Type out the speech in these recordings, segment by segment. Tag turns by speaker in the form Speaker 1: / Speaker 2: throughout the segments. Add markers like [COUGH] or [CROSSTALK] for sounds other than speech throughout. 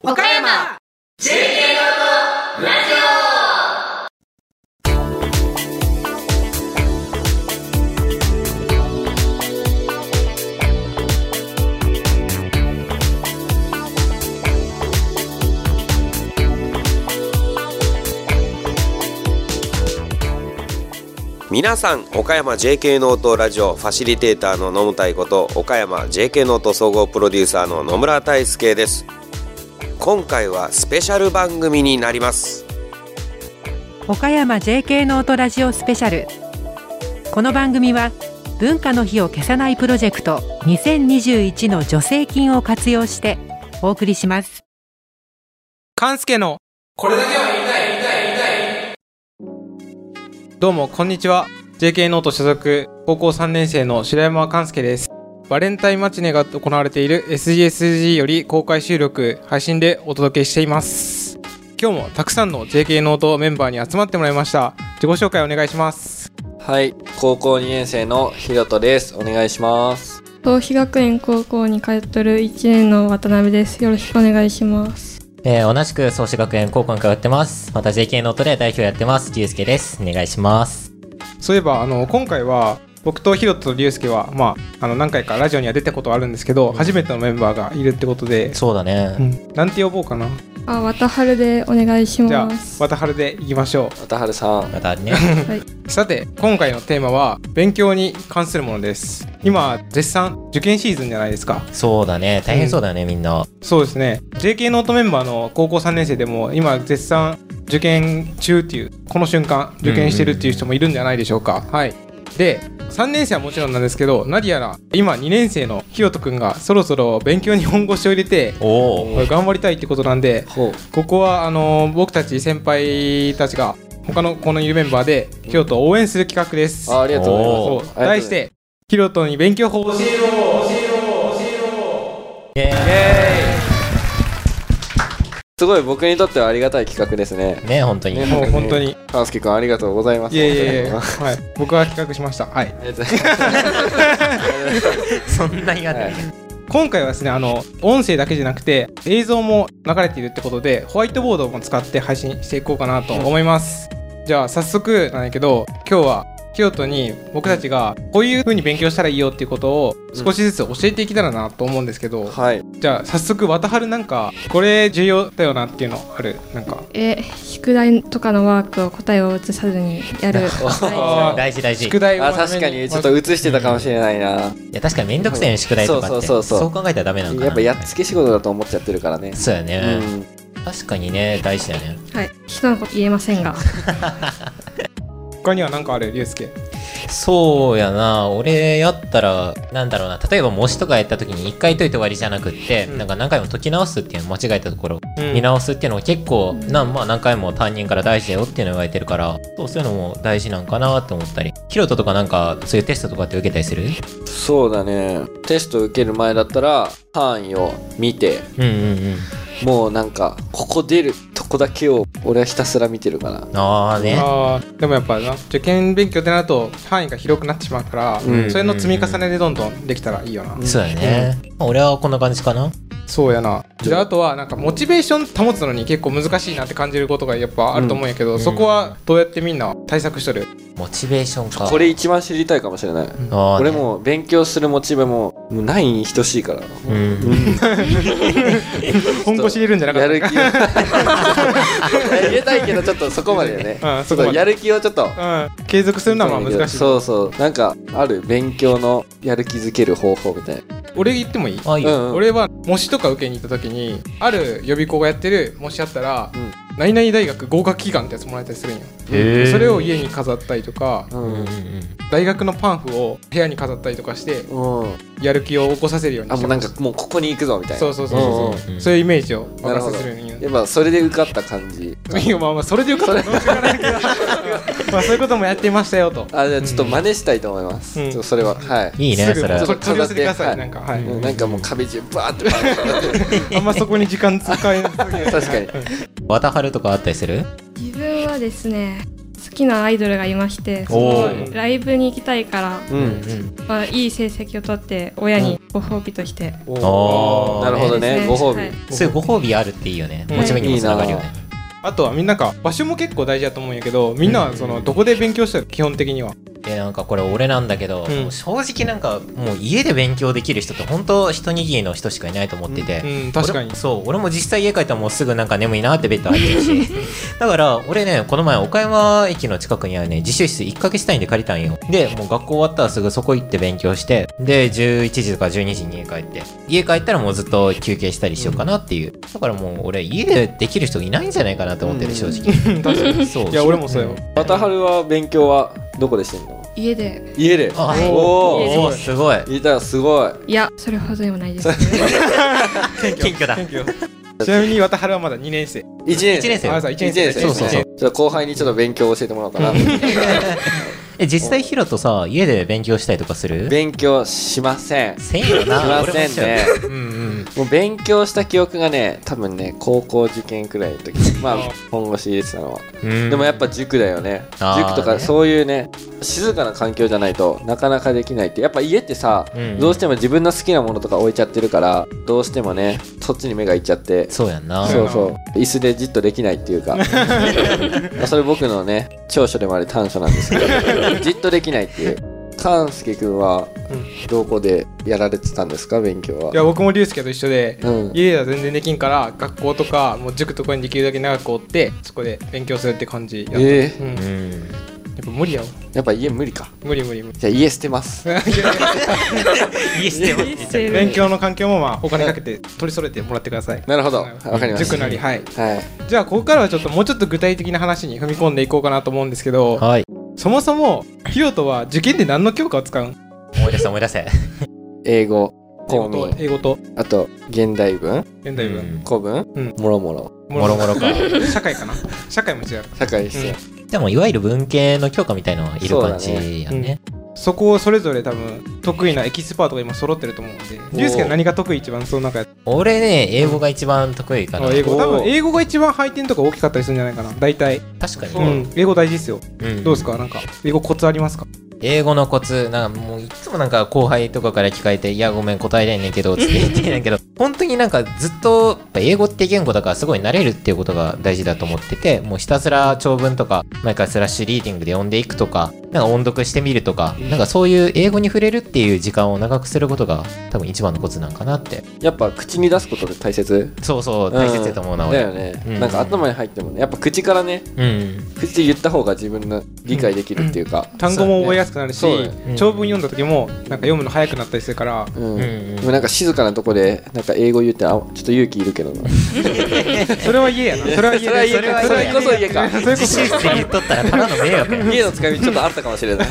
Speaker 1: 和歌山
Speaker 2: JK のラジ
Speaker 3: 皆さん岡山 JK ノートラジオファシリテーターの野村太こと岡山 JK ノート総合プロデューサーの野村大輔です今回はスペシャル番組になります
Speaker 1: 岡山 JK ノートラジオスペシャルこの番組は文化の日を消さないプロジェクト2021の助成金を活用してお送りします
Speaker 4: 勘介の
Speaker 2: これだけは言いたい
Speaker 4: どうもこんにちは JK ノート所属高校3年生の白山勘介ですバレンタインマチネが行われている SGSG より公開収録配信でお届けしています今日もたくさんの JK ノートメンバーに集まってもらいました自己紹介お願いします
Speaker 5: はい、高校2年生のひろとです。お願いします。
Speaker 6: 東比学園高校に通ってる1年の渡辺です。よろしくお願いします。
Speaker 7: えー同じく創志学園高校に通ってます。また JK ノートで代表やってます。ゆうすけです。お願いし
Speaker 5: [LAUGHS]
Speaker 7: ます。
Speaker 4: そういえばあの今回は僕とヒロと龍介は、まあ、あの何回かラジオには出たことあるんですけど初めてのメンバーがいるってことで、
Speaker 7: そうだ
Speaker 4: う
Speaker 7: ね。
Speaker 4: ん、なんて呼ぼうかな
Speaker 6: あ、渡春でお願いし
Speaker 4: じゃあ
Speaker 6: ます。
Speaker 4: 渡春でいきましょう
Speaker 5: 渡春さん。
Speaker 7: またね。
Speaker 4: [LAUGHS] さて今回のテーマは勉強に関するものです今絶賛受験シーズンじゃないですか
Speaker 7: そうだね。大変そうだね、みんな。
Speaker 4: そうですね JK ノートメンバーの高校3年生でも今絶賛受験中っていうこの瞬間受験してるっていう人もいるんじゃないでしょうか、はいで3年生はもちろんなんですけど何やら今2年生のひろとくんがそろそろ勉強に本腰を入れて
Speaker 7: おお。
Speaker 4: これ頑張りたいってことなんで
Speaker 5: ほう。
Speaker 4: ここはあの僕たち先輩たちが他のこのいるメンバーでひろとを応援する企画です
Speaker 5: あありがとう
Speaker 4: そ
Speaker 5: ご
Speaker 4: う
Speaker 5: ざいます。
Speaker 4: 題してヒロトに勉強法を教え
Speaker 7: イ
Speaker 4: よ
Speaker 7: ェ
Speaker 4: うイエ
Speaker 5: すごい僕にとってはありがたい企画ですね
Speaker 7: ー。イね、本当に。
Speaker 4: ーイもう
Speaker 5: [LAUGHS] ね
Speaker 4: 本当に
Speaker 5: かんすけくんありがとうございます。
Speaker 4: いえいえいえ、
Speaker 5: 本
Speaker 4: はい、僕は企画しましたはい
Speaker 5: 当にありがとうござい
Speaker 4: [LAUGHS]
Speaker 5: ます。
Speaker 7: そんなにが
Speaker 5: はい
Speaker 4: 今回はですねあの音声だけじゃなくて映像も流れているってことでホワイトボードも使って配信していこうかなと思いますじゃあ早速なんだけど今日はヒロトに僕たちがこういう風に勉強したらいいよっていうことを少しずつ教えていけたらなと思うんですけど、
Speaker 5: はい。
Speaker 4: じゃあ早速渡春なんかこれ重要だよなっていうのあるなんか
Speaker 6: え、宿題とかのワークを答えを移さずに
Speaker 7: [LAUGHS]
Speaker 6: やる。
Speaker 4: あ
Speaker 7: 大事大事。い
Speaker 4: 宿題を
Speaker 5: あ、
Speaker 4: 真
Speaker 5: 確か
Speaker 4: 面目
Speaker 5: にちょっと映してたかもしれないな。
Speaker 7: や、確かにめんどくせえね、宿題とかって。
Speaker 5: そうそうそうそう
Speaker 7: 考えたらダメなのかな。
Speaker 5: やっぱやっつけ仕事だと思っちゃってるからね。
Speaker 7: そうや
Speaker 5: う
Speaker 7: ね。
Speaker 5: ん。
Speaker 7: 確かにね、大事だよね。
Speaker 6: はい。人のこと言えませ
Speaker 7: [LAUGHS]
Speaker 6: んが。
Speaker 4: 他には何かある龍介
Speaker 7: そうやな俺やったらなんだろうな例えば模試とかやった時に一回解いて終わりじゃなくって、
Speaker 4: うん
Speaker 7: なんか何回も解き直すっていう間違えたところ、
Speaker 4: うん
Speaker 7: 見直すっていうのを結構、
Speaker 6: うん
Speaker 7: なんまあ何回も担任から大事だよっていうのを言われてるからそうそういうのも大事なんかなって思ったりヒロトとかなんかそういうテストとかって受けたりする
Speaker 5: そうだね。テスト受ける前だったら、範囲を見て、
Speaker 7: うんうんうん
Speaker 5: もうなんか、ここ出るとこだけを俺はひたすら見てるかな。
Speaker 7: ああね
Speaker 4: あーでもやっぱな受験勉強ってなると範囲が広くなってしまうから、
Speaker 5: うん
Speaker 4: それの積み重ねでどんどんできたらいいよな、
Speaker 7: そうやね、まあ俺はこんな感じかな
Speaker 4: そうやなであとはなんかモチベーション保つのに結構難しいなって感じることがやっぱあると思うんやけど、
Speaker 7: ん
Speaker 4: そこはどうやってみんな対策しとる、
Speaker 7: モチベーションか
Speaker 5: これ一番知りたいかもしれな
Speaker 7: あ
Speaker 5: い。
Speaker 7: ーね
Speaker 5: 俺もう勉強するモチベももうないに等しいから
Speaker 7: うん
Speaker 4: 本腰入れるんじゃなか
Speaker 5: や
Speaker 4: った
Speaker 5: る気を
Speaker 4: [LAUGHS]
Speaker 5: 入れたいけどちょっとそこまでよね
Speaker 4: うん
Speaker 5: ち
Speaker 4: そ
Speaker 5: ょ
Speaker 4: こ
Speaker 5: っ
Speaker 4: ま
Speaker 5: と
Speaker 4: で
Speaker 5: やる気をちょっと
Speaker 4: うん、継続するのはまあ難しい
Speaker 5: そうそうなんかある勉強のやる気づける方法みたいな
Speaker 4: 俺言ってもいい
Speaker 7: あいいよ、
Speaker 5: うんうん
Speaker 4: 俺は模試とか受けに行った時にある予備校がやってる模試あったら、
Speaker 5: うん
Speaker 4: 何々大学合格祈願ってやつもらえたりするんよ、
Speaker 7: へー
Speaker 4: それを家に飾ったりとか
Speaker 7: うんうん
Speaker 5: う
Speaker 4: 大学のパンフを部屋に飾ったりとかして
Speaker 5: ん、うん、
Speaker 4: やる気を起こさせるように
Speaker 5: あ
Speaker 4: して
Speaker 5: もう
Speaker 4: ま
Speaker 5: なん
Speaker 4: す
Speaker 5: かもうここに行くぞみたいな
Speaker 4: そうそうそうそう,、
Speaker 5: ん
Speaker 7: うんうん
Speaker 4: そういうイメージを
Speaker 5: なる
Speaker 4: 分から
Speaker 5: ほ
Speaker 4: さ
Speaker 5: ど
Speaker 4: せるよう
Speaker 5: や
Speaker 4: に
Speaker 5: っぱそれで受かった感じ
Speaker 4: いやまあまあそれでよかったかもしれないけどまあそういうこともやってましたよと
Speaker 5: あじゃあちょっと真似したいと思います、
Speaker 4: うん
Speaker 5: ちょっとそれははい
Speaker 7: いいね
Speaker 4: すぐ
Speaker 7: それ
Speaker 4: ちょっと取り寄せてくださ
Speaker 5: はいい
Speaker 4: なんかはい、
Speaker 5: うんなんかもう壁中バーって
Speaker 4: [LAUGHS] あんまそこ
Speaker 5: [LAUGHS]
Speaker 4: に時間使えない
Speaker 5: 確かに
Speaker 7: 渡春とかあったりする
Speaker 6: 自分はですね、好きなアイドルがいましてそ
Speaker 7: お
Speaker 6: の
Speaker 7: ー
Speaker 6: ライブに行きたいから、
Speaker 7: う
Speaker 4: う
Speaker 7: ん
Speaker 4: ん
Speaker 6: まあ、いい成績を取って親にご褒美として、
Speaker 7: おー
Speaker 5: なるほどね
Speaker 6: です
Speaker 5: ご褒美
Speaker 6: はい
Speaker 7: そういうご褒美あるっていいよね
Speaker 4: うん
Speaker 7: モチベにもつながるよね
Speaker 4: あとはみんなか場所も結構大事だと思うんやけどみんなはそのどこで勉強したる基本的には
Speaker 7: でなんかこれ俺なんだけど、
Speaker 4: うん
Speaker 7: 正直なんかもう家で勉強できる人って本当一握りの人しかいないと思ってて、
Speaker 4: うんうん確かに
Speaker 7: 俺もそう俺も実際家帰ったらもうすぐなんか眠いなってベッド入ってる
Speaker 4: [LAUGHS]
Speaker 7: しだから俺ねこの前岡山駅の近くにあるね自習室1ヶ月単位で借りたんよでもう学校終わったらすぐそこ行って勉強してで11時とか12時に家帰って家帰ったらもうずっと休憩したりしようかなっていう、だからもう俺家でできる人いないんじゃないかなと思ってる正直、
Speaker 4: 確かに
Speaker 7: そう
Speaker 4: いや俺もそうよ
Speaker 5: またはるは勉強はどこでしてんの
Speaker 6: 家で
Speaker 5: 家で
Speaker 7: あ
Speaker 5: お
Speaker 6: 家
Speaker 5: お
Speaker 6: で
Speaker 7: おーすごい
Speaker 5: 言いたらすごい
Speaker 6: いやそれほどでもないですね
Speaker 7: [LAUGHS] 謙虚だ
Speaker 4: 謙虚ちなみに渡原はまだ2年生
Speaker 5: 一年
Speaker 7: 1年生
Speaker 5: 生
Speaker 4: あさ1年生
Speaker 5: 一年生
Speaker 7: そうそうそう
Speaker 5: じゃあ後輩にちょっと勉強を教えてもらおうかな
Speaker 7: [LAUGHS] え実際ヒロとさ家で勉強したりとかする
Speaker 5: 勉強しませんし
Speaker 7: せんよな
Speaker 5: ま
Speaker 7: 俺も
Speaker 5: せん
Speaker 7: しちゃ
Speaker 5: ね
Speaker 7: ううんうん
Speaker 5: もう勉強した記憶がね多分ね高校受験くらい
Speaker 7: [LAUGHS]
Speaker 5: の時まあ本腰入れてたのは
Speaker 7: うん
Speaker 5: でもやっぱ塾だよね
Speaker 7: あー
Speaker 5: 塾とか
Speaker 7: ね
Speaker 5: そういうね静かな環境じゃないとなかなかできないってやっぱ家ってさ、
Speaker 7: うん
Speaker 5: どうしても自分の好きなものとか置いちゃってるからどうしてもねそっちに目がいっちゃって
Speaker 7: そうやんな
Speaker 5: そうそう椅子でじっとできないっていうかまあそれ僕のね長所でもある短所なんですけどじっとできないっていう勘介くんはどこでやられてたんですか勉強はい
Speaker 4: や僕も龍介と一緒で
Speaker 5: うん
Speaker 4: 家では全然できんから学校とかもう塾とかにできるだけ長くおってそこで勉強するって感じやった、
Speaker 5: ええ
Speaker 4: うん、
Speaker 7: う
Speaker 4: やっ
Speaker 7: ん
Speaker 4: ぱ無理やわ
Speaker 5: やっぱ家無理か
Speaker 4: 無理無理無理
Speaker 5: じゃあ家捨てま
Speaker 7: [LAUGHS]
Speaker 5: す
Speaker 7: 家してま
Speaker 4: 勉強の環境 [LAUGHS] もまあお金かけて取り揃えてもらってください
Speaker 5: なるほどわ
Speaker 4: はい
Speaker 5: かりました
Speaker 4: 塾なりはい
Speaker 5: はい
Speaker 4: じゃあここからはちょっともうちょっと具体的な話に踏み込んでいこうかなと思うんですけど
Speaker 7: はい
Speaker 4: そもそもヒロトは受験で何の教科を使うん
Speaker 7: 思い出せ思い出せ
Speaker 5: 英語公
Speaker 4: 英語と
Speaker 5: 民
Speaker 4: 英語と
Speaker 5: あと現代文
Speaker 4: 現代文
Speaker 5: 古文、
Speaker 4: うん
Speaker 5: もろもろ
Speaker 7: もろもろ
Speaker 4: [LAUGHS]
Speaker 7: か
Speaker 5: [LAUGHS]
Speaker 4: 社会かな社会も違う
Speaker 5: 社会ですよ、
Speaker 7: でもいわゆる文系の教科みたいのいる感じや
Speaker 4: そう
Speaker 7: ね
Speaker 4: だねそこをそれぞれ多分得意なエキスパートが今揃ってると思うんで
Speaker 5: おー
Speaker 4: 龍介は何が得意一番その中で
Speaker 7: 俺ね英語が一番得意かな
Speaker 4: あ英語
Speaker 5: おー
Speaker 4: 多分英語が一番配点とか大きかったりするんじゃないかな大体、
Speaker 7: 確かに
Speaker 4: う
Speaker 7: ね
Speaker 4: ん、英語大事ですよ
Speaker 7: うん
Speaker 4: どうですかなんか英語コツありますか
Speaker 7: 英語のコツなんかもういつもなんか後輩とかから聞かれて「いやごめん答えれんねんけど」つって言ってんやけ
Speaker 4: [LAUGHS]
Speaker 7: ど本当になんかずっとやっぱ英語って言語だからすごい慣れるっていうことが大事だと思っててもうひたすら長文とか毎回スラッシュリーディングで読んでいくとかなんか音読してみるとかなんかそういう英語に触れるっていう時間を長くすることが多分一番のコツなんかなって
Speaker 5: やっぱ口に出すことって大切
Speaker 7: そうそう大切だと思うな、
Speaker 5: んだ
Speaker 7: 俺
Speaker 5: よね、
Speaker 7: うん
Speaker 5: なんか頭に入ってもねやっぱ口からね
Speaker 7: うん
Speaker 5: 口で言った方が自分の理解できるっていうか、
Speaker 4: 単語も覚えやすくなるし、
Speaker 5: そうだね
Speaker 7: うん
Speaker 4: 長文読んだ時もなんか読むの早くなったりするから
Speaker 5: うん
Speaker 7: うんうん
Speaker 5: でもなんか静かなとこでなんか英語言ってあちょっと勇気いるけどな
Speaker 4: それは家やなそれは家だ
Speaker 5: それは家
Speaker 4: それ
Speaker 5: それは家か
Speaker 4: それこ
Speaker 7: 自習室で言っ [LAUGHS] とったらただの迷惑や
Speaker 5: 家の使い道ちょっとあったかもしれ
Speaker 7: [LAUGHS]
Speaker 5: ない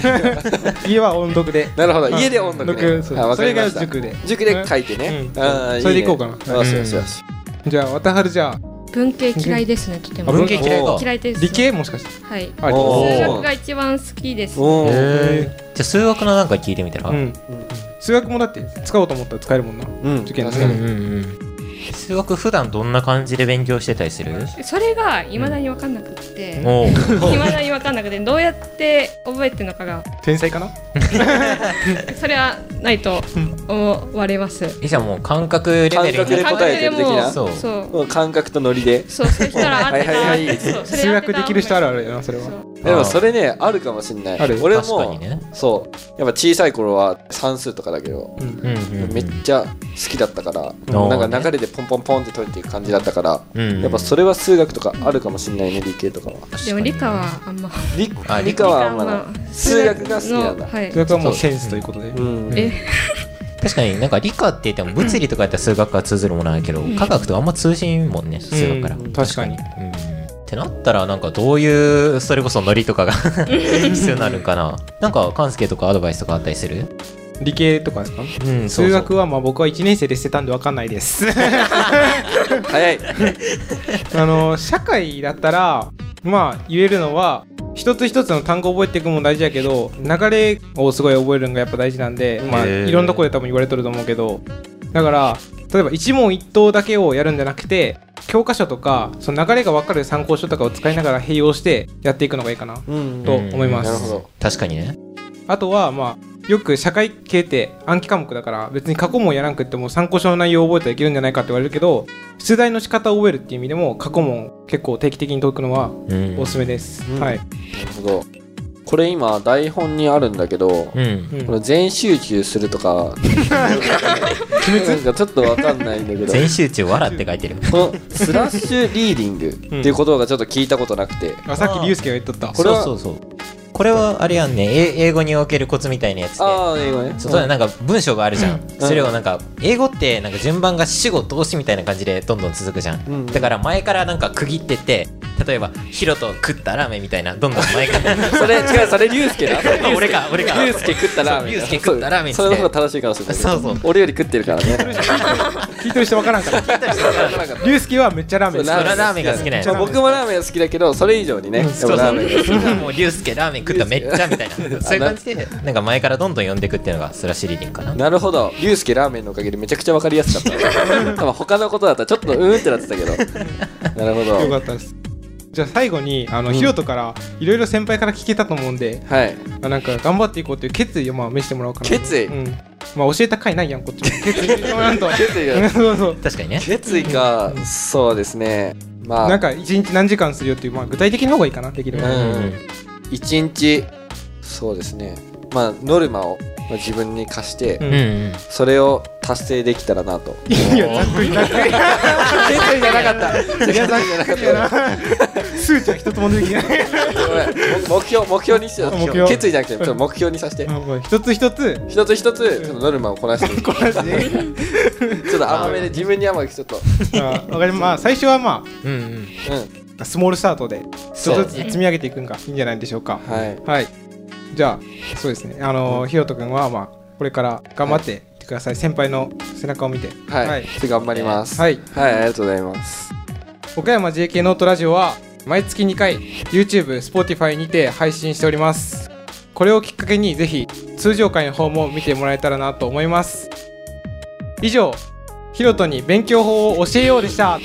Speaker 4: そ [LAUGHS] 家は音読で
Speaker 5: なるほど
Speaker 4: うん
Speaker 5: 家で音読ね
Speaker 4: 読そう
Speaker 5: あわかりまし
Speaker 4: そ
Speaker 5: た
Speaker 4: れが塾で
Speaker 5: 塾で書いてね、
Speaker 4: うん
Speaker 5: あー
Speaker 4: それでいこう
Speaker 5: ね
Speaker 4: かな
Speaker 5: よしよしよし、
Speaker 4: じゃあ渡春じゃあ
Speaker 6: 文系嫌いですねとても
Speaker 4: あ
Speaker 7: 文系嫌い
Speaker 5: お
Speaker 7: か
Speaker 5: ー
Speaker 6: 嫌いです
Speaker 4: 理系もしかして
Speaker 6: はい
Speaker 4: あ
Speaker 5: おー
Speaker 6: 数学が一番好きです
Speaker 5: おお、
Speaker 7: へーじゃあ数学のなんか聞いてみたら、
Speaker 4: うん数学もだって使おうと思ったら使えるもんな
Speaker 5: うん、
Speaker 4: 受験
Speaker 5: 確
Speaker 7: う
Speaker 5: か
Speaker 7: ん
Speaker 5: に、
Speaker 7: うんうん数学普段どんな感じで勉強してたりする
Speaker 6: それがいまだに分かんなくって
Speaker 7: お
Speaker 6: [LAUGHS]
Speaker 7: う
Speaker 6: いまだに分かんなくてどうやって覚えてるのかが
Speaker 4: 天才かな
Speaker 6: それはないと思われます
Speaker 7: えじゃあもう感覚レベル
Speaker 5: 感覚で
Speaker 7: に
Speaker 5: 答えてる的な
Speaker 7: そう
Speaker 6: そう
Speaker 5: もう感覚とノリで
Speaker 6: そうそしたら
Speaker 5: はいはいはい
Speaker 6: 合ってたそうそれ
Speaker 4: 数
Speaker 6: 合って
Speaker 4: 学
Speaker 6: た
Speaker 4: できる人あるあるやなそれ
Speaker 6: そ
Speaker 4: は
Speaker 6: う
Speaker 5: でもそれねあるかもしんない
Speaker 4: ある
Speaker 5: 俺も
Speaker 7: 確かにね
Speaker 5: そうやっぱ小さい頃は算数とかだけど
Speaker 7: うんうんうん
Speaker 5: めっちゃ好きだったから、
Speaker 7: うん
Speaker 5: なんか流れでポンポンポンって解いていく感じだったから、
Speaker 7: うんうん
Speaker 5: やっぱそれは数学とかあるかもしんないね理系とかは
Speaker 7: 確かに
Speaker 6: でも理科はあんま
Speaker 5: 理
Speaker 7: あ
Speaker 5: 理科はあんまない数学が好きなんだ、
Speaker 6: のはい
Speaker 4: 数学はもうセンスということで
Speaker 5: うん
Speaker 6: え
Speaker 7: 確かになんか理科って言っても物理とかやったら数学が通ずるものなんやけど、
Speaker 6: うん
Speaker 7: 科学とかあんま通じんもんね数学から、
Speaker 4: うん確かに
Speaker 7: うんってなったらなんかどういうそれこそノリとか
Speaker 6: [LAUGHS]
Speaker 7: が必要になるんかななんか勘介とかアドバイスとかあったりする、
Speaker 4: 理系とかですか
Speaker 7: うん、
Speaker 4: 数学はまあ僕は1年生で捨てたんで分かんないです
Speaker 7: [LAUGHS]
Speaker 5: 早い
Speaker 4: [LAUGHS] あの社会だったらまあ言えるのは一つ一つの単語を覚えていくのも大事やけど流れをすごい覚えるのがやっぱ大事なんで、まあ、
Speaker 7: へー
Speaker 4: いろんなところで多分言われとると思うけどだから例えば一問一答だけをやるんじゃなくて教科書とかその流れが分かる参考書とかを使いながら併用してやっていくのがいいかな
Speaker 5: うん
Speaker 4: と思いま
Speaker 5: なる
Speaker 4: す
Speaker 5: ほど
Speaker 7: 確かにね
Speaker 4: あとはまあよく社会系って暗記科目だから別に過去問やらなくても参考書の内容を覚えたらいけるんじゃないかって言われるけど出題の仕方を覚えるっていう意味でも過去問結構定期的に解くのは
Speaker 7: うん
Speaker 4: おすすめです、
Speaker 5: うん
Speaker 4: はい、
Speaker 5: なるほどこれ今台本にあるんだけど、
Speaker 7: うん
Speaker 4: うん
Speaker 5: これ全集中する
Speaker 7: [LAUGHS]
Speaker 5: とかなんかちょっとわかんないんだけど
Speaker 7: 全集中わらって書いてる
Speaker 5: このスラッシュリーディングっていう言葉がちょっと聞いたことなくて、
Speaker 4: あさっき龍介が言っとった
Speaker 5: これは
Speaker 7: そうそうそうこれはあれやんねえ英語におけるコツみたいなやつで
Speaker 5: ああ英語ね
Speaker 7: そうだねなんか文章があるじゃん、それをなんか英語ってなんか順番が主語動詞みたいな感じでどんどん続くじゃん、
Speaker 5: うん
Speaker 7: だから前からなんか区切ってって例えば「ヒロと食ったラーメン」みたいなどんどん前から
Speaker 5: [LAUGHS] それ違うそれリュウスケだ
Speaker 7: [LAUGHS] 俺か俺か
Speaker 5: リュウスケ食ったラーメン
Speaker 7: そうリュウスケ食ったラーメンっつっ
Speaker 5: そ
Speaker 7: て
Speaker 5: れの方が正しいかもしれない
Speaker 7: そうそう
Speaker 5: 俺より食ってるからね
Speaker 4: 聞いてる人分からんから龍介はめっちゃラーメン
Speaker 5: そう
Speaker 4: 好き
Speaker 7: ラーメンが好きなん
Speaker 5: ま
Speaker 7: や
Speaker 5: あ僕もラーメンは好きだけどそれ以上にねやっ
Speaker 7: そ
Speaker 5: ぱ
Speaker 7: うそ
Speaker 5: ラーメンが好き
Speaker 7: うもう竜介ラーメン食っためっちゃみたいなそういう感じでなんか前からどんどん呼んでくっていうのがスラシリディングかな
Speaker 5: なるほどリュウスケラーメンのおかげでめちゃくちゃ分かりやすかった多分他のことだったらちょっとうーんってなってたけどなるほ
Speaker 4: よか
Speaker 5: ど
Speaker 4: ったですじゃあ最後にあの、ヒロトからいろいろ先輩から聞けたと思うんで
Speaker 5: はい
Speaker 4: あなんか頑張っていこうという決意をまあ見せてもらおうかな
Speaker 5: 決意
Speaker 4: うんまあ教えたかいないやんこっちも決意してもらわんと
Speaker 5: 決意が
Speaker 4: そうそう
Speaker 7: 確かにね
Speaker 5: 決意かそうですねま
Speaker 4: なん
Speaker 5: あ
Speaker 4: か一日何時間するよっていうまあ具体的な方がいいかなできれば、
Speaker 5: う
Speaker 7: うんん
Speaker 5: 一日そうですねまあノルマをまあ自分に課して、
Speaker 4: うん
Speaker 7: うんうん
Speaker 5: それを達成できたらなと決
Speaker 4: いやざっくりざ
Speaker 5: [LAUGHS]
Speaker 4: っくり
Speaker 5: 意じゃなかった決意じゃなかった
Speaker 4: 数値は一つも出てきない
Speaker 5: ごめんも目標目標にしてよ
Speaker 4: 目標
Speaker 5: 決意じゃなくてちょっと目標にさせて、
Speaker 4: あもう一つ一つ
Speaker 5: 一つ一つちょっとノルマをこなしていく
Speaker 4: マジで
Speaker 5: [LAUGHS] ちょっと甘めで自分に甘くちょっと
Speaker 4: あわかりますまあ最初はま
Speaker 7: うんうん
Speaker 5: う
Speaker 4: あスモールスタートでちょっ
Speaker 7: そう
Speaker 4: とずつ積み上げていくのがいいんじゃないでしょうか
Speaker 5: んはい
Speaker 4: はいじゃあそうですねあのーひろとくんはまあこれから頑張っていってください先輩の背中を見て
Speaker 5: はい、
Speaker 4: はい
Speaker 5: ちょっと頑張ります
Speaker 4: はい
Speaker 5: はい、ありがとうございます
Speaker 4: 岡山 JK ノートラジオは毎月2回 YouTube、Spotify にて配信しておりますこれをきっかけにぜひ通常回の方も見てもらえたらなと思います以上ヒロトに勉強法を教えようでした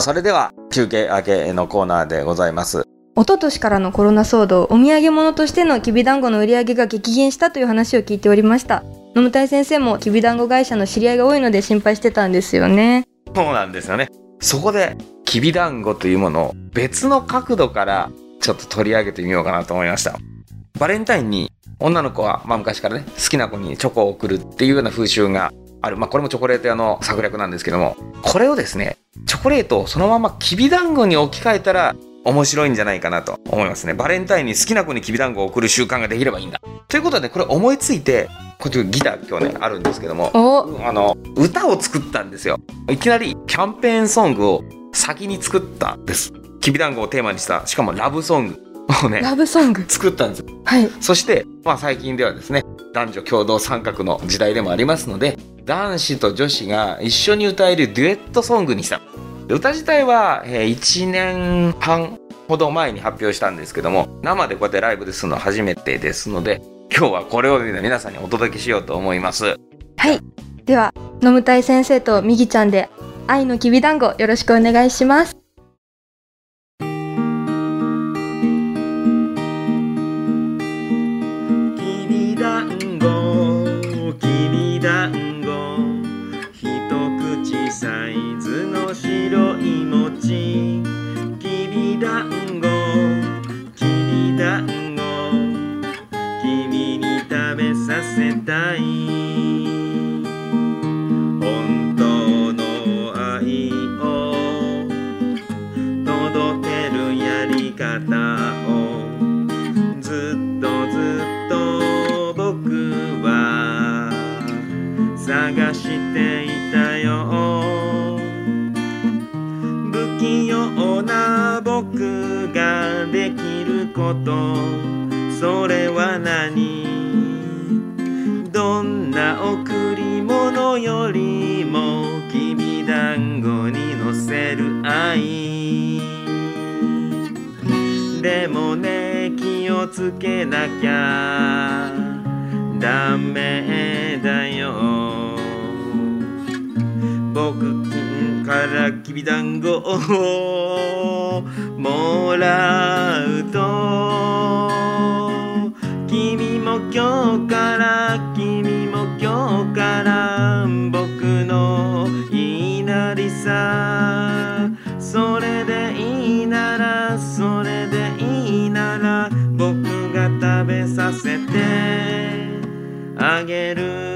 Speaker 8: それでは休憩明けのコーナーでございます
Speaker 9: 一昨年からのコロナ騒動、お土産物としてのきびだんごの売り上げが激減したという話を聞いておりました。野村大先生もきびだんご会社の知り合いが多いので心配してたんですよね。
Speaker 8: そうなんですよねそこできびだんごというものを別の角度からちょっと取り上げてみようかなと思いましたバレンタインに女の子は、まあ、昔からね好きな子にチョコを贈るっていうような風習がある、まあ、これもチョコレート屋の策略なんですけどもこれをですねチョコレートをそのままきびだんごに置き換えたら面白いんじゃないかなと思いますねバレンタインに好きな子にきびだんごを贈る習慣ができればいいんだということでこれ思いついてこっちギター今日ねあるんですけども
Speaker 9: お
Speaker 8: あの歌を作ったんですよいきなりキャンペーンソングを先に作ったんですきびだんごをテーマにしたしかもラブソングをね
Speaker 9: ラブソング。
Speaker 8: 作ったんですよ
Speaker 9: はい。
Speaker 8: そして、まあ、最近ではですね男女共同参画の時代でもありますので男子と女子が一緒に歌えるデュエットソングにしたで歌自体は、えー1年半ほど前に発表したんですけども生でこうやってライブでするのは初めてですので今日はこれを皆さんにお届けしようと思います
Speaker 9: では、野村大先生とみぎちゃんで愛のきびだんごよろしくお願いします。
Speaker 10: きびだんごきびだんご一口サイズの白い餅きびだんごきびだんご君に食べさせたい本当の愛を届けるやり方をずっとずっと僕は探していたよ不器用な僕ができることそれは何どんな贈り物よりもきびだんごにのせる愛でもね気をつけなきゃダメだよ僕からきびだんごをもらうと君も今日から君も今日から僕の言いなりさそれでいいならそれでいいなら僕が食べさせてあげる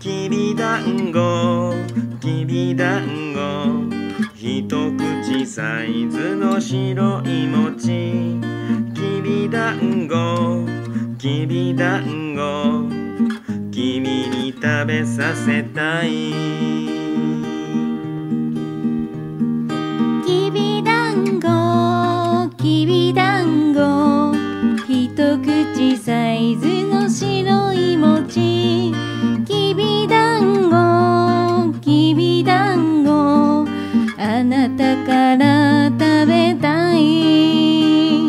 Speaker 10: きびだんごきびだんご一口サイズの白い餅きびだんごきびだんご君に食べさせたい
Speaker 11: きびだんごきびだんご一口サイズの白い餅きびだんごきびだんごあなたから食べたい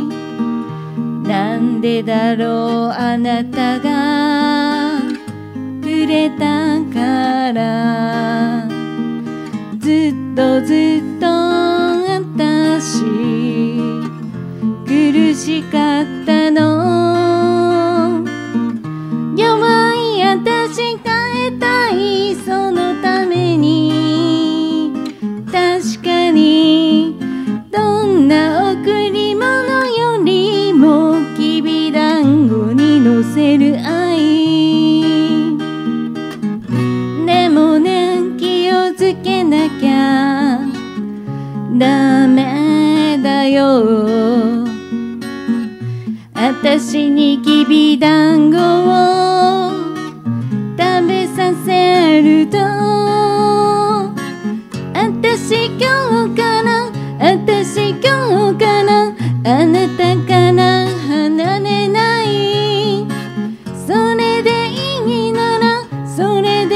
Speaker 11: なんでだろうあなたがくれたからずっとずっと私苦しかったの弱い私変えたいそのために確かにどんな贈り物よりもきびだんごにのせる愛でもね気をつけなきゃダメだよ私にきびだんごを食べさせると私今日から私今日からあなたから離れないそれでいいならそれで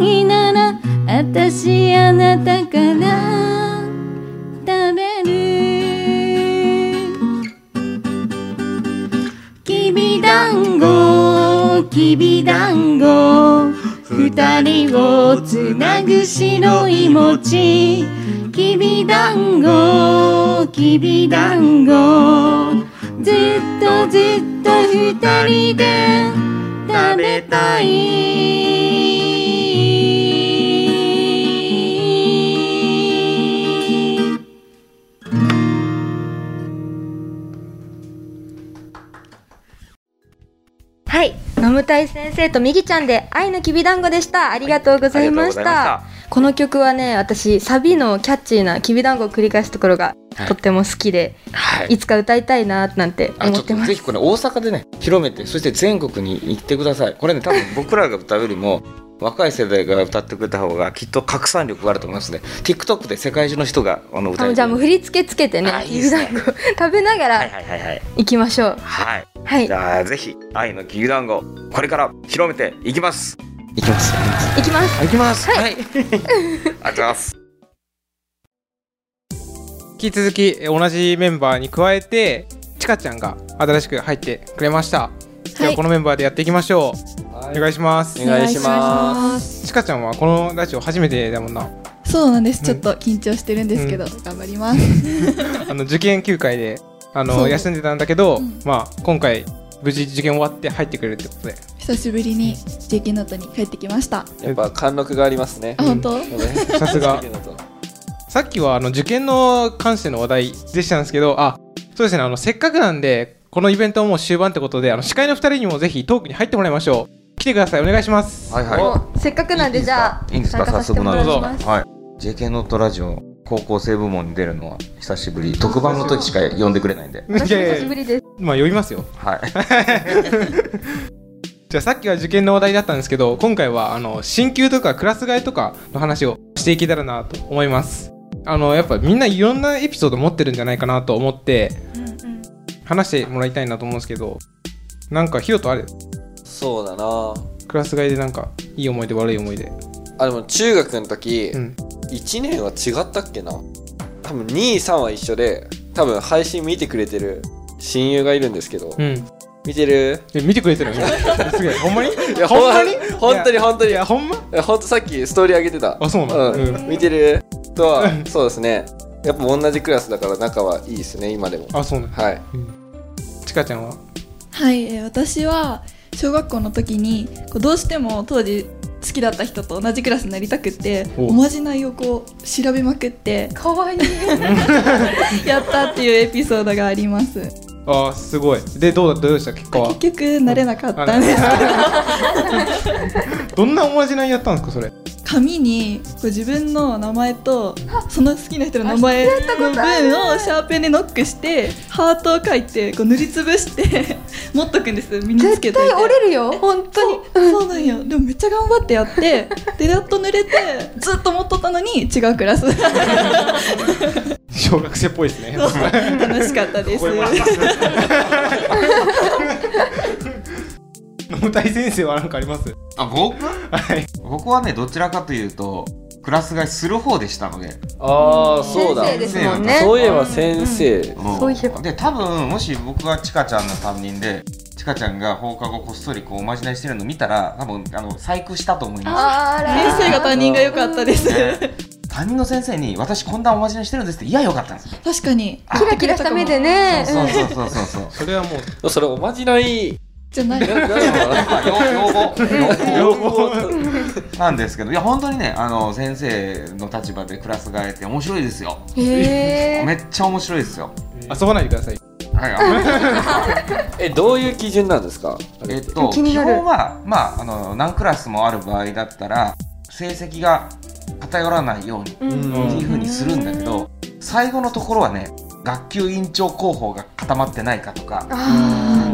Speaker 11: いいなら私あなたから食べるきびだんごきびだんご二人をつなぐ白い餅きびだんごきびだんごずっとずっと二人で食べたい
Speaker 9: はいノムタイ先生とみぎちゃんで愛のきびだんごでしたありがとうございました,、
Speaker 8: はいありがとうございま
Speaker 9: この曲はね私サビのキャッチーなきびだんごを繰り返すところがとっても好きで、い、つか歌いたいななんて
Speaker 8: あち
Speaker 9: 思
Speaker 8: ょ
Speaker 9: っ
Speaker 8: ってと
Speaker 9: ま
Speaker 8: [LAUGHS]
Speaker 9: す
Speaker 8: ぜひこれ大阪でね広めてそして全国に行ってくださいこれね多分僕らが歌うよりも [LAUGHS] 若い世代が歌ってくれた方がきっと拡散力があると思いますね TikTok で世界中の人があの歌
Speaker 9: あ
Speaker 8: え
Speaker 9: の
Speaker 8: る
Speaker 9: じゃあもう振り付けつけてねきびだんご [LAUGHS] 食べなが
Speaker 8: はい
Speaker 9: ら
Speaker 8: はいはいはい
Speaker 9: 行きましょう、
Speaker 8: はい、
Speaker 9: はい
Speaker 8: じゃあぜひ愛のきびだんごこれから広めていきますいきます
Speaker 9: 行きます
Speaker 8: 行きます
Speaker 9: はい、
Speaker 8: ありがとうございます
Speaker 4: 引き続きえ同じメンバーに加えてちかちゃんが新しく入ってくれましたじゃあこのメンバーでやっていきましょう、お願いします
Speaker 5: お願いします
Speaker 4: ちかちゃんはこのラジオ初めてだもんな
Speaker 12: そうなんです、ちょっと緊張してるんですけど、頑張ります [LAUGHS]
Speaker 4: あの受験休会で
Speaker 12: そ
Speaker 4: あの
Speaker 12: う
Speaker 4: 休んでたんだけど、まあ今回無事受験終わって入ってくれるってことで
Speaker 12: 久しぶりに JK ノートに帰ってきました
Speaker 5: やっぱ貫禄がありますね
Speaker 12: あ本当
Speaker 4: さ
Speaker 5: [LAUGHS]
Speaker 4: すがさっきはあの受験の関しての話題でしたんですけどあそうですねあのせっかくなんでこのイベントもう終盤ってことであの司会の2人にもぜひトークに入ってもらいましょう来てくださいお願いします
Speaker 8: はいはい
Speaker 9: おせっかくなんでじゃあ
Speaker 8: いいんですか
Speaker 9: 参加
Speaker 8: 早
Speaker 9: させて
Speaker 8: 速
Speaker 9: も
Speaker 8: な
Speaker 9: ら
Speaker 8: んで
Speaker 9: います
Speaker 8: すはい JK ノートラジオ高校生部門に出るのは久しぶり特番の時しか呼んでくれないんで
Speaker 9: 私も久しぶりです
Speaker 4: まあ呼びますよ
Speaker 8: はい
Speaker 4: [LAUGHS] じゃあさっきは受験の話題だったんですけど今回はあの進級とかクラス替えとかの話をしていけたらなと思いますあのやっぱみんないろんなエピソード持ってるんじゃないかなと思って話してもらいたいなと思うんですけどなんかヒロとあれ
Speaker 5: そうだな
Speaker 4: クラス替えでなんかいい思い出悪い思い出
Speaker 5: あでも中学の時、
Speaker 4: うん
Speaker 5: 1年は違ったっけな多分23は一緒で多分配信見てくれてる親友がいるんですけど、
Speaker 4: うん
Speaker 5: 見てる
Speaker 4: え見てくれて
Speaker 5: [LAUGHS]
Speaker 4: るすげえほんまに
Speaker 5: いや
Speaker 4: ほんまに
Speaker 5: 本当に本当にい
Speaker 4: やほんま
Speaker 5: 本当さっきストーリー上げてた
Speaker 4: あそうなの
Speaker 5: ん見てるとはそうですねやっぱ同じクラスだから仲はいいですね今でも
Speaker 4: あそうな
Speaker 5: はい
Speaker 4: ちかちゃんは
Speaker 12: はい、えー私は小学校の時にこうどうしても当時好きだった人と同じクラスになりたくて
Speaker 13: お
Speaker 12: おまじないをこう調べまくってかわいい [LAUGHS] やったっていうエピソードがあります
Speaker 4: あーすごいでどうだどうでした結果は
Speaker 12: 結局慣れなかったんですけ
Speaker 4: どんなおまじないやったんですかそれ
Speaker 12: ど紙にこう自分の名前とその好きな人の名前
Speaker 13: あやった
Speaker 12: の
Speaker 13: ことある
Speaker 12: 文をシャーペンでノックしてハートを書いてこう塗りつぶして [LAUGHS] 持っとくんです身につけて絶対折れるよ本当にそうそうなんよでもめっちゃ頑張ってやってでやっと濡れてずっと持っとったのに違うクラス
Speaker 4: 小学生っぽいです
Speaker 5: [LAUGHS]
Speaker 4: ね
Speaker 12: 楽しかったです
Speaker 4: 野体先生は何かあります
Speaker 8: あ僕はい僕はねどちらかというとクラス替えする方でしたので
Speaker 5: ああそうだ
Speaker 8: 先生ですもんね
Speaker 5: 先生そういえば先生、
Speaker 8: そういえばで多分もし僕がちかちゃんの担任でちかちゃんが放課後こっそりこうおまじないしてるの見たら多分あの細工したと思います
Speaker 12: あら先生が担任が良かったです
Speaker 8: ね担任の先生に「私こんなおまじないしてるんです」って「いやよかったんですよ
Speaker 12: [LAUGHS] 確かに
Speaker 9: キラキラした目でね
Speaker 8: そうそうそうそうそう
Speaker 4: それはも
Speaker 5: うそれおまじない
Speaker 12: じゃない
Speaker 8: 要望 [LAUGHS] なんですけどいや本当にねあの先生の立場でクラス替えて面白いですよ
Speaker 13: へー
Speaker 8: めっちゃ面白いですよ
Speaker 4: 遊ばないでください
Speaker 8: はい
Speaker 5: [LAUGHS] えどういう基準なんですか
Speaker 8: えっと
Speaker 5: 気
Speaker 8: 基
Speaker 5: になる
Speaker 8: 本はまああの何クラスもある場合だったら成績が偏らないようにっていうふうにするんだけど最後のところはね学級委員長候補が固まってないかとか
Speaker 13: あ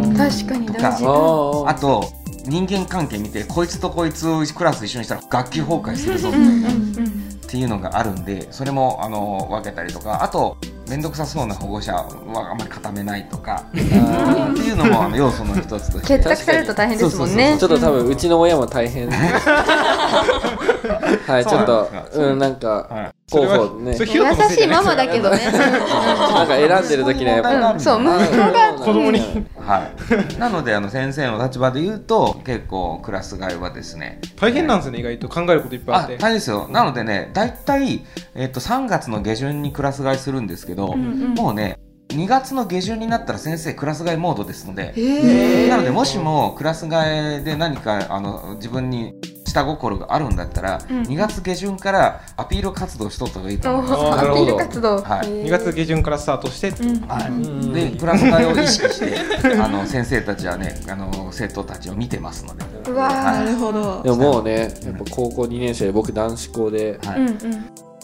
Speaker 13: ー確かに
Speaker 8: と
Speaker 13: 大
Speaker 8: か
Speaker 13: 事だ
Speaker 8: あと人間関係見てこいつとこいつをクラス一緒にしたら学級崩壊するぞ
Speaker 13: うんうんうん
Speaker 8: っていうのがあるんでそれもあの分けたりとかあと面倒くさそうな保護者はあんまり固めない
Speaker 13: [LAUGHS]
Speaker 8: とかっていうのもあの要素の一つとして
Speaker 9: 決着されると大変ですもんね
Speaker 5: そうそうそうそうちょっと多分うちの親も大
Speaker 8: [LAUGHS]
Speaker 5: 変はいちょっとうんなんか候補ね
Speaker 9: 優しいママだけ
Speaker 5: [LAUGHS]
Speaker 9: どね
Speaker 5: なんか選んでる時にはやっぱ
Speaker 9: うんそう息子が子供に
Speaker 8: はい、なのであの先生の立場で言うと結構クラス替えはですね
Speaker 4: 大変なんですね意外と考えることいっぱいあ
Speaker 8: あ
Speaker 4: って
Speaker 8: 大変ですよなのでね大体、えっと3月の下旬にクラス替えするんですけど、
Speaker 4: うんうん
Speaker 8: もうね2月の下旬になったら先生クラス替えモードですので
Speaker 13: へー
Speaker 8: なのでもしもクラス替えで何かあの自分に下心があるんだったら、
Speaker 9: うんうん
Speaker 8: 2月下旬からアピール活動しとった方がいいと思います。
Speaker 9: アピール活
Speaker 8: は
Speaker 9: 動
Speaker 8: い
Speaker 9: へー
Speaker 4: 2月下旬からスタートして、
Speaker 8: はい、でクラス替えを意
Speaker 5: [LAUGHS]
Speaker 8: 識してあの先生たちはねあの生徒たちを見てますので
Speaker 9: うわー
Speaker 8: はい
Speaker 12: なるほど
Speaker 5: でももうねやっぱ高校2年生で僕男子校で、
Speaker 8: は
Speaker 9: うんうん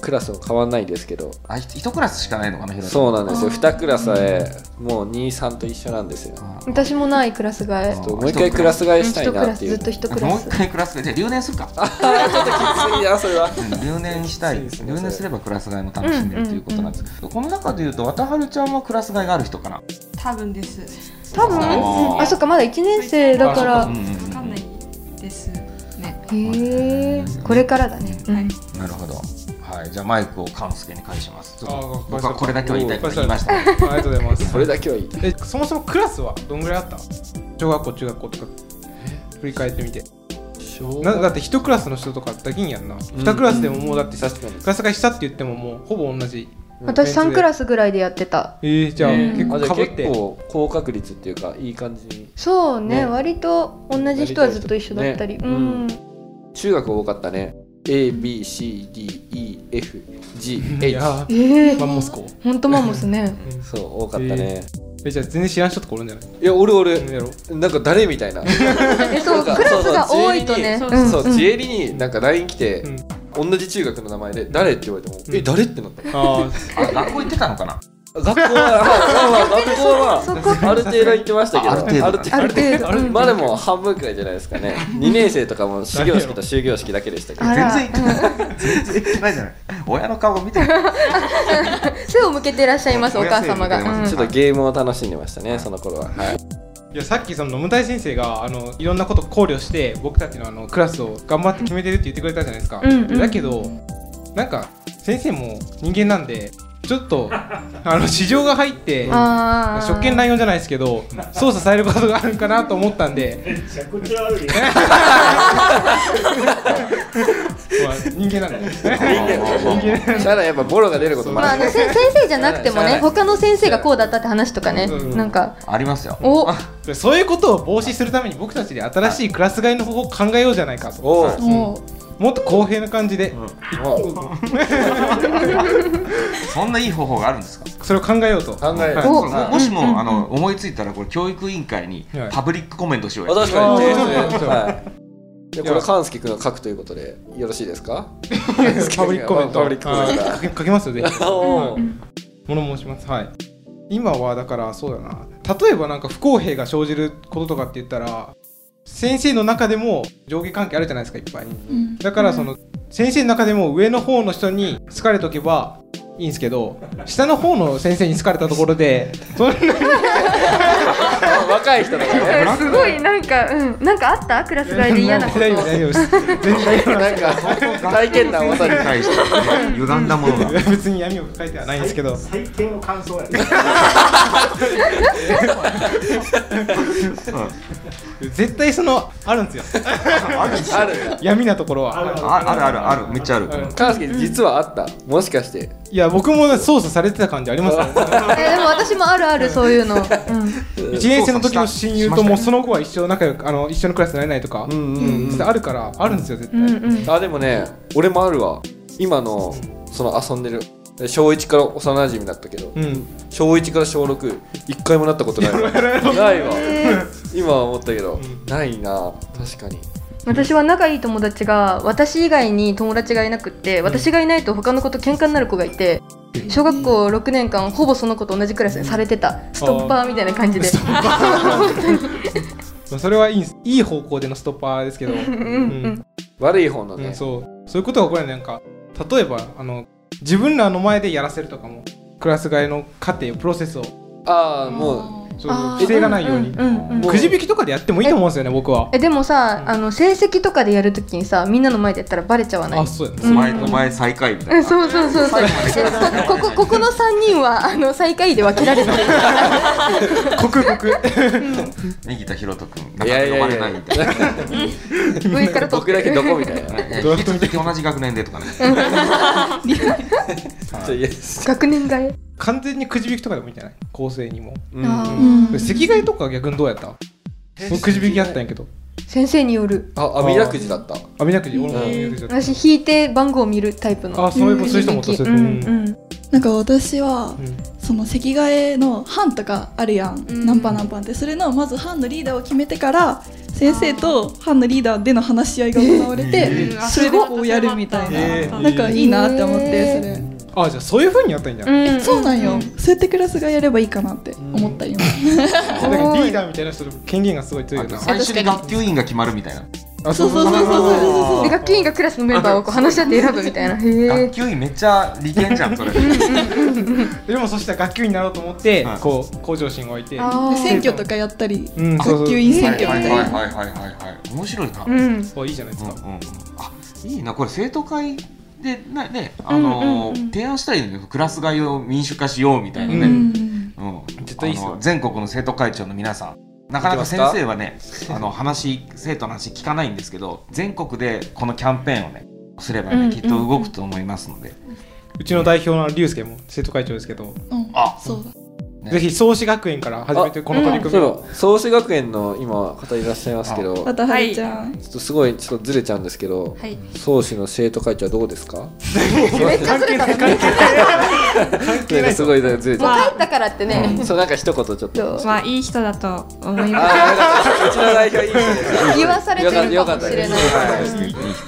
Speaker 5: クラスは変わんないですけど
Speaker 8: あ1クラスしかないのかな広
Speaker 5: そうなんですよ
Speaker 9: あー
Speaker 5: 2クラスへもう23と一緒なんですよ
Speaker 9: 私もないクラス替え
Speaker 5: ともう一回クラス替えしたいなっていう
Speaker 9: 一クラスずっと一クラス
Speaker 8: もう一回クラス替えじゃあ留年するか
Speaker 5: いやそれは
Speaker 8: うん留年したい留年すればクラス替えも楽しんで
Speaker 13: うん
Speaker 8: るということなんですけどこの中でいうと渡春ちゃんはクラス替えがある人かな
Speaker 13: 多分です
Speaker 9: 多分
Speaker 8: あー
Speaker 9: あそっかまだ1年生だから
Speaker 8: あそっかうんうん
Speaker 13: わかんないですね
Speaker 9: へえこれからだねうん
Speaker 8: なるほどはいじゃあマイクをカンスケに返しますちょっ
Speaker 4: あ
Speaker 8: と
Speaker 4: ー
Speaker 8: 僕はこれだけは言いたいこと
Speaker 4: 返
Speaker 8: 言いましたね
Speaker 4: [LAUGHS] ありがとうございます
Speaker 5: これだけは言い
Speaker 4: えそもそもクラスはどんぐらいあった小学校中学校とか振り返ってみてなだって一クラスの人とかだけにやんな、二クラスでももうだってさクラス替えしたって言ってももうほぼ同じ
Speaker 9: 私3ク
Speaker 4: ス
Speaker 9: ラスぐらいでやってた
Speaker 4: えー、じゃあ、
Speaker 9: うん
Speaker 4: 結
Speaker 5: あじゃあ
Speaker 4: 構かぶっ
Speaker 5: 結
Speaker 4: て
Speaker 5: 構高確率っていうかいい感じに
Speaker 9: そうね
Speaker 5: ね
Speaker 9: 割と同じ人はずっと一緒だったり
Speaker 5: ね
Speaker 9: うん
Speaker 5: 中学多かったね ABCDEFGH
Speaker 9: ええ
Speaker 4: マンモス校
Speaker 9: ほんとマンモスね
Speaker 5: そう多かったね
Speaker 4: えじゃあ全然知らん人とかおるんじゃない
Speaker 5: いや俺俺なんか誰みたいな
Speaker 9: えそうクラスが多いとね
Speaker 5: そう
Speaker 9: う
Speaker 5: そうそうんジエリになんか LINE 来て同じ中学の名前で誰って言われてもえ誰ってなった
Speaker 4: あ
Speaker 8: 学校行ってたのかな
Speaker 5: 学校は、ま [LAUGHS] あまあ、学校はある程度行ってましたけど、
Speaker 8: ある程度
Speaker 5: ある程度まあでも半分くらいじゃないですか
Speaker 9: [LAUGHS]
Speaker 5: ね。2年生とかも始業式と終業式だけでしたけど、
Speaker 9: あら全然
Speaker 8: 全然行ってないじゃない親の顔見てる
Speaker 9: [LAUGHS] 背を向けていらっしゃいますお母様がうん
Speaker 5: ちょっとゲームを楽しんでましたね、その頃は。はい。
Speaker 4: いやさっきその野村先生があのいろんなこと考慮して僕たちのあのクラスを頑張って決めてるって言ってくれたじゃないですか、
Speaker 13: うんうん
Speaker 4: だけどなんか先生も人間なんでちょっとあの市場が入って
Speaker 14: あー
Speaker 4: 食券乱用じゃないですけど操作されることがあるかなと思ったんで、
Speaker 14: めっちゃくちゃ悪い。
Speaker 4: [LAUGHS] まあ、人間なんで
Speaker 5: ただやっぱボロが出ることも
Speaker 9: まあ、
Speaker 5: あ
Speaker 9: あ
Speaker 5: る
Speaker 9: のせん [LAUGHS] 先生じゃなくても
Speaker 5: 知らな
Speaker 9: ね
Speaker 5: い
Speaker 9: 他の先生がこうだったって話とかね、なんか
Speaker 4: ありますよ [LAUGHS]
Speaker 9: お
Speaker 4: そういうことを防止するために僕たちで新しいクラス替えの方法を考えようじゃないかともっと公平な感じで、 [LAUGHS]
Speaker 8: そんないい方法があるんですか
Speaker 4: それを考えようと考
Speaker 8: え
Speaker 4: よう
Speaker 8: も
Speaker 4: はい
Speaker 8: もしも、
Speaker 4: うんうん
Speaker 8: あの思いついたらこれ教育委員会にパブリックコメントしようよ
Speaker 5: あ確かに提出
Speaker 8: そうそう
Speaker 5: はいでこれ勘介君が書くということでよろしいですか
Speaker 4: [LAUGHS] パブリックコメント
Speaker 5: パブリックコメント
Speaker 4: はい書け書けますよぜ [LAUGHS] ひ
Speaker 5: [LAUGHS] おー
Speaker 4: 物申しますはい今はだからそうだな例えばなんか不公平が生じることとかって言ったら先生の中でも上下関係あるじゃないですかいっぱい、
Speaker 14: ん
Speaker 4: だからその先生の中でも上の方の人に好かれとけばいいんですけど下の方の先生に好かれたところでそんなに
Speaker 5: 若い人だからね
Speaker 14: すごいなんかうんなんかあったクラス外で嫌なこと。
Speaker 4: 大丈夫大丈夫です全然大丈夫なん
Speaker 5: か体験談をさに
Speaker 4: [LAUGHS]
Speaker 8: 対して歪んだものが
Speaker 4: [LAUGHS] 別に闇を抱えてはないんですけど
Speaker 14: 採点の感想や。
Speaker 4: 絶対そのあるんですよ
Speaker 5: ある
Speaker 4: 闇なところは
Speaker 8: ああるあるあるめっちゃある
Speaker 5: 勘介実はあったもしかして
Speaker 4: いや僕も操作されてた感じありますね
Speaker 9: えでも私もあるあるそういうの、うん、
Speaker 4: 1年生の時の親友ともうその後は一生仲良くあの一緒のクラスになれないとか、
Speaker 5: うん
Speaker 4: あるからあるんですよ絶対、
Speaker 5: あでもね俺もあるわ今のその遊んでる小1から幼馴染だったけど、
Speaker 4: うん
Speaker 5: 小1から小6一回もなったこと
Speaker 4: [LAUGHS]
Speaker 5: ないわないわ今は思ったけど、ないな確かに
Speaker 9: 私は仲いい友達が私以外に友達がいなくって私がいないと他の子と喧嘩になる子がいて小学校6年間ほぼその子と同じクラスにされてたストッパーみたいな感じで
Speaker 4: まあそれはいいんですいい方向でのストッパーですけど、
Speaker 9: うん
Speaker 5: うん悪い方の
Speaker 4: ね、そうそういうことが起こらないなんか例えばあの自分らの前でやらせるとかもクラス替えの過程プロセスを
Speaker 5: ああも
Speaker 4: うそう規制がないように、くじ引きとかでやってもいいと思うんですよね僕は
Speaker 9: えでもさあの成績とかでやるときにさみんなの前でやったらバレちゃわない
Speaker 4: あそうや
Speaker 9: うん
Speaker 8: 前の前最下位みたい
Speaker 9: うんそうそうそうそう。えここここの三人はあの最下位で分けられ [LAUGHS] てる。
Speaker 8: な右田ひろと君
Speaker 5: いやいやいや
Speaker 8: 中田呼ばれないみたいな
Speaker 9: 上から
Speaker 5: 僕だけどこみたいな
Speaker 8: 引き続き同じ学年でとかね
Speaker 9: 学年替え。
Speaker 4: 完全にくじ引きとかでもいいんじゃない構成にも、
Speaker 5: うん
Speaker 9: あー
Speaker 4: で席替えとかは逆にどうやった僕くじ引きやったんやけど
Speaker 9: 先生による。
Speaker 5: あ網だくじだった
Speaker 4: 網だくじ俺も網だくじだった
Speaker 9: 私引いて番号を見るタイプの。
Speaker 4: あそういうそういう人もいたそういう人も
Speaker 15: なんか私は、その席替えの班とかあるやん、何班何班ってそれのまず班のリーダーを決めてから先生と班のリーダーでの話し合いが行われて、
Speaker 4: えー
Speaker 15: それでこうやるみたいな、
Speaker 4: えー
Speaker 15: なんかいいなって思ってそれ、
Speaker 4: あじゃあそういうふうにやったんじゃない、
Speaker 15: えそうなんよ、そうやってクラスがやればいいかなって思った今、
Speaker 4: なんかリーダーみたいな人の権限がすごい強いよな
Speaker 8: 最初に学級委員が決まるみたいな
Speaker 4: あ
Speaker 9: そうそうそうそうそう。で学級委員がクラスのメンバーをこう話し合って選ぶみたいな。へえ。
Speaker 8: 学級委員めっちゃ利権じゃんそれ
Speaker 15: [LAUGHS]
Speaker 4: でもそしたら学級になろうと思って、こう向上心を置いて
Speaker 15: で選挙とかやったり、
Speaker 4: うんそうそう
Speaker 15: 学級委員選挙み
Speaker 8: は
Speaker 15: た
Speaker 8: い
Speaker 15: い
Speaker 8: はい
Speaker 15: な、
Speaker 8: はいはいはいはい面白いな
Speaker 15: うん
Speaker 4: そういいじゃないです
Speaker 8: かあいいなこれ生徒会でなねあ
Speaker 15: うん
Speaker 8: の
Speaker 15: うんうん
Speaker 8: ー提案したいよねクラス替えを民主化しようみたいなね
Speaker 15: う
Speaker 8: うん絶対いいっす全国の生徒会長の皆さんなかなか先生はねあの話生徒の話聞かないんですけど全国でこのキャンペーンをねすれば
Speaker 4: うんうんう
Speaker 8: ね
Speaker 4: ん
Speaker 8: きっと動くと思いますので
Speaker 4: うちの代表の龍介も生徒会長ですけど、
Speaker 15: うん
Speaker 8: あ
Speaker 15: そうだ
Speaker 4: ぜひ創志学園から始めてこの取り組みを、
Speaker 5: そう創志学園の今方いらっしゃいますけど
Speaker 15: またはるちゃん、
Speaker 5: ちょっとすごいちょっとずれちゃうんですけど、
Speaker 15: はい
Speaker 5: 創始の生徒会長はどうですか
Speaker 9: めっちゃずれたね。
Speaker 5: なんかすごいずれちゃう、
Speaker 9: もう帰ったからってね。
Speaker 5: そうなんか一言ちょっと
Speaker 13: まあいい人だと思います。
Speaker 5: うちの代表いい人です
Speaker 9: 言わされてるかもしれない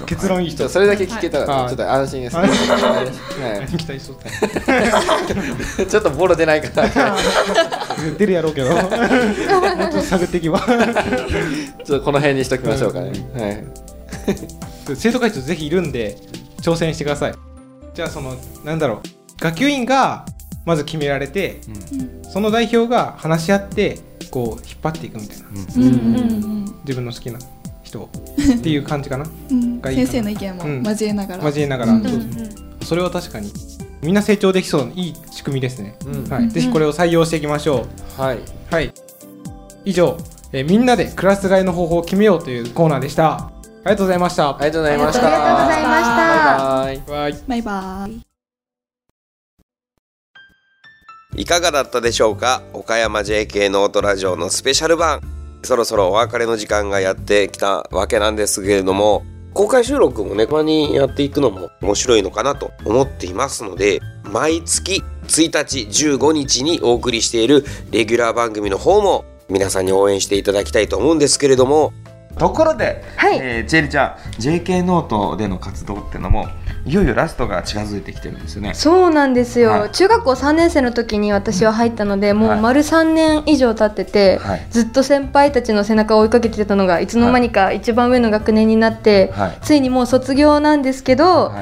Speaker 4: 結論いい
Speaker 5: 人それだけ聞けたらちょっと安心です、はい
Speaker 4: 期待しとった
Speaker 5: ちょっとボロ出ないから
Speaker 4: 出る
Speaker 15: [LAUGHS]
Speaker 4: やろうけどもっと探ってい
Speaker 5: [LAUGHS]
Speaker 4: けば
Speaker 5: ちょっとこの辺にしときましょうかね、はい
Speaker 4: 生徒会長ぜひいるんで挑戦してくださいじゃあそのなんだろう学級委員がまず決められて、その代表が話し合ってこう引っ張っていくみたいな、
Speaker 15: うんうん
Speaker 4: 自分の好きな人をっていう感じかな、
Speaker 15: うん
Speaker 4: がいいか
Speaker 15: 先
Speaker 4: な
Speaker 15: 生の意見も交えながら
Speaker 4: 交えながら、
Speaker 15: うん
Speaker 4: そうそうそれは確かにみんな成長できそうないい仕組みですね、はい、ぜひこれを採用していきましょうはい、はい、以上、えーみんなでクラス替えの方法を決めようというコーナーでしたありがとうございましたありがとうございました
Speaker 15: あ
Speaker 4: りがとうございましたバイバイ
Speaker 15: バイバイ
Speaker 3: いかがだったでしょうか岡山 JK ノートラジオのスペシャル版そろそろお別れの時間がやってきたわけなんですけれども公開収録もねたまにやっていくのも面白いのかなと思っていますので毎月1日15日にお送りしているレギュラー番組の方も皆さんに応援していただきたいと思うんですけれども
Speaker 8: ところで、えーチェリちゃん JK ノートでの活動ってのもいよいよラストが近づいてきてるんですよね
Speaker 9: そうなんですよ、
Speaker 8: はい
Speaker 9: 中学校3年生の時に私は入ったのでもう丸3年以上経ってて、
Speaker 8: はい
Speaker 9: ずっと先輩たちの背中を追いかけてたのがいつの間にか一番上の学年になって、
Speaker 8: はい
Speaker 9: ついにもう卒業なんですけど、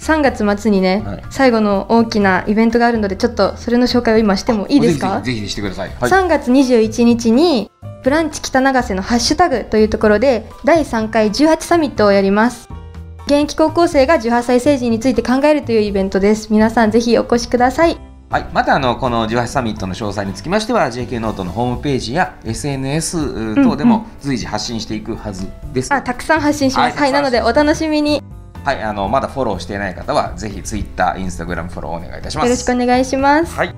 Speaker 9: 3月末にね、最後の大きなイベントがあるのでちょっとそれの紹介を今してもいいですか
Speaker 8: ぜひぜひしてください、はい
Speaker 9: 3月21日に「ブランチ北長瀬」のハッシュタグというところで第3回18サミットをやります現役高校生が18歳成人について考えるというイベントです皆さんぜひお越しください
Speaker 8: はい、またあのこの18サミットの詳細につきましては JK ノートのホームページや SNS
Speaker 9: うん
Speaker 8: 等でも随時発信していくはずです、
Speaker 9: あたくさん発信します
Speaker 8: は
Speaker 9: はいいなのでお楽しみによ
Speaker 8: はい、あのまだフォローしていない方はぜひ Twitter、Instagram フォローお願いいたします
Speaker 9: ろしくお願いします
Speaker 8: はい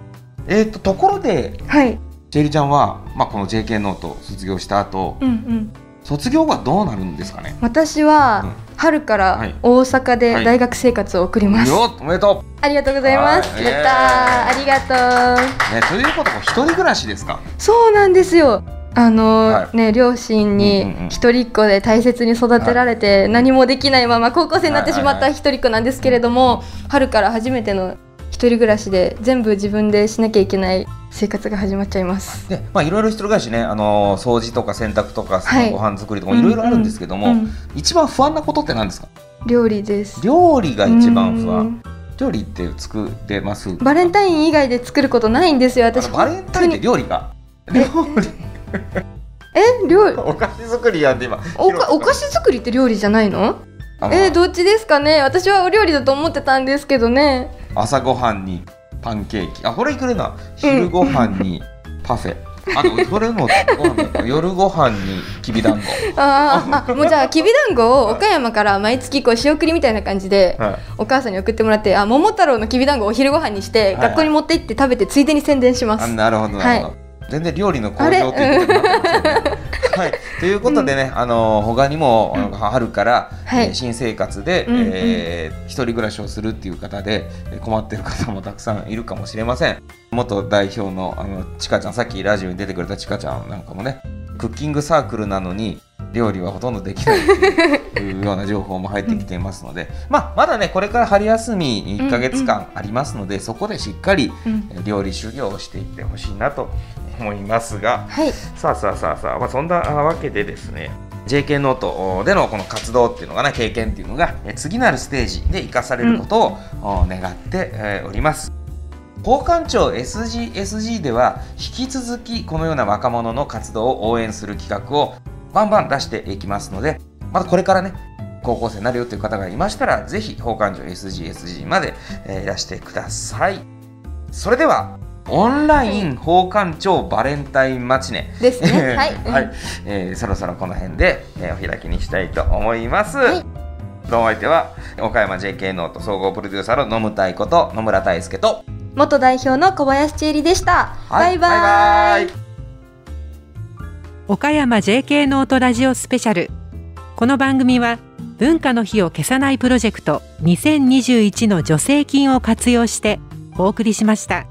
Speaker 8: えっ、とところで
Speaker 9: はい
Speaker 8: ジェリちゃんは、まあ、この JK ノートを卒業した後、
Speaker 9: うんうん
Speaker 8: 卒業はどうなるんですかね
Speaker 9: 私は春から大阪で大学生活を送ります、
Speaker 8: よっおめでと
Speaker 9: ありがとうございます、
Speaker 8: はい
Speaker 9: やったーありがとう
Speaker 8: う、ね、ということは一人暮らしですか
Speaker 9: そうなんですよ。あの
Speaker 8: はい
Speaker 9: ね両親
Speaker 8: うんうんうん
Speaker 9: に一人っ子で大切に育てられて、何もできないまま高校生になってしま
Speaker 8: はい
Speaker 9: っ
Speaker 8: はいは
Speaker 9: た
Speaker 8: い
Speaker 9: 一人っ子なんですけれども、春から初めての一人暮らしで全部自分でしなきゃいけない生活が始まっちゃいます。
Speaker 8: でまあいろいろ一人暮らしね、あのー掃除とか洗濯とかそ
Speaker 9: は
Speaker 8: の
Speaker 9: い
Speaker 8: ご飯作りとかいろいろあるんですけども、
Speaker 9: うんうん
Speaker 8: 一番不安なことって何ですか
Speaker 9: 料理です。
Speaker 8: 料理が一番不
Speaker 9: う
Speaker 8: 安料理って作れます
Speaker 9: バレンタイン以外で作ることないんですよ私。
Speaker 8: バレンタインって料理が
Speaker 9: え料理
Speaker 8: お菓子作りやんで今
Speaker 9: おかお菓子作りって料理じゃないの？
Speaker 8: あの
Speaker 9: えーどっちですかね。私はお料理だと思ってたんですけどね。
Speaker 8: 朝ごはんにパンケーキあこれいくれな昼ごはんにパフェ、あとそれもご飯だ夜ごはんにきびだんご
Speaker 9: あーあもうじゃあきびだんごを岡山から毎月こう仕送りみたいな感じで
Speaker 8: はい
Speaker 9: お母さんに送ってもらってあ桃太郎のきびだんごをお昼ご飯にし
Speaker 8: いは
Speaker 9: て
Speaker 8: い
Speaker 9: 学校に持って行って食べてついでに宣伝します
Speaker 8: あなるほどなるほど、全然料理の向
Speaker 9: あれ
Speaker 8: 上ということになってますよねはい、ということでね、あの他にも、あの春から、
Speaker 9: はい
Speaker 8: えー新生活で、
Speaker 9: うんうん
Speaker 8: えー一人暮らしをするっていう方でえー困ってる方もたくさんいるかもしれません元代表のあのちかちゃんさっきラジオに出てくれたちかちゃんなんかもねクッキングサークルなのに料理はほとんどできないというような情報も入ってきていますので、まあ、まだねこれから春休み1か月間ありますので、そこでしっかり
Speaker 9: うん
Speaker 8: えー料理修行をしていってほしいなと思いますが、
Speaker 9: はい
Speaker 8: さあさあさあさあ、まあ、そんなわけでですね JK ノートでのこの活動っていうのがね経験っていうのがえー次なるステージで生かされることをお願ってえーおります。交換庁 SGSG では引き続きこのような若者の活動を応援する企画をバンバン出していきますのでまだこれからね高校生になるよという方がいましたらぜひ交換庁 SGSG まで、えーいらしてくださいそれではオンライン交換庁バレンタインマチネ
Speaker 9: で
Speaker 8: [LAUGHS]
Speaker 9: すねはい
Speaker 8: はいえーそろそろこの辺で、えーお開きにしたいと思います、どうもお相手は岡山 JK ノート総合プロデューサーの野村太子と野村大輔と
Speaker 9: 元代表の小林千恵里でした、
Speaker 8: はい
Speaker 9: バイバイ
Speaker 1: 岡山 JK ノートラジオスペシャルこの番組は文化の日を消さないプロジェクト2021の助成金を活用してお送りしました。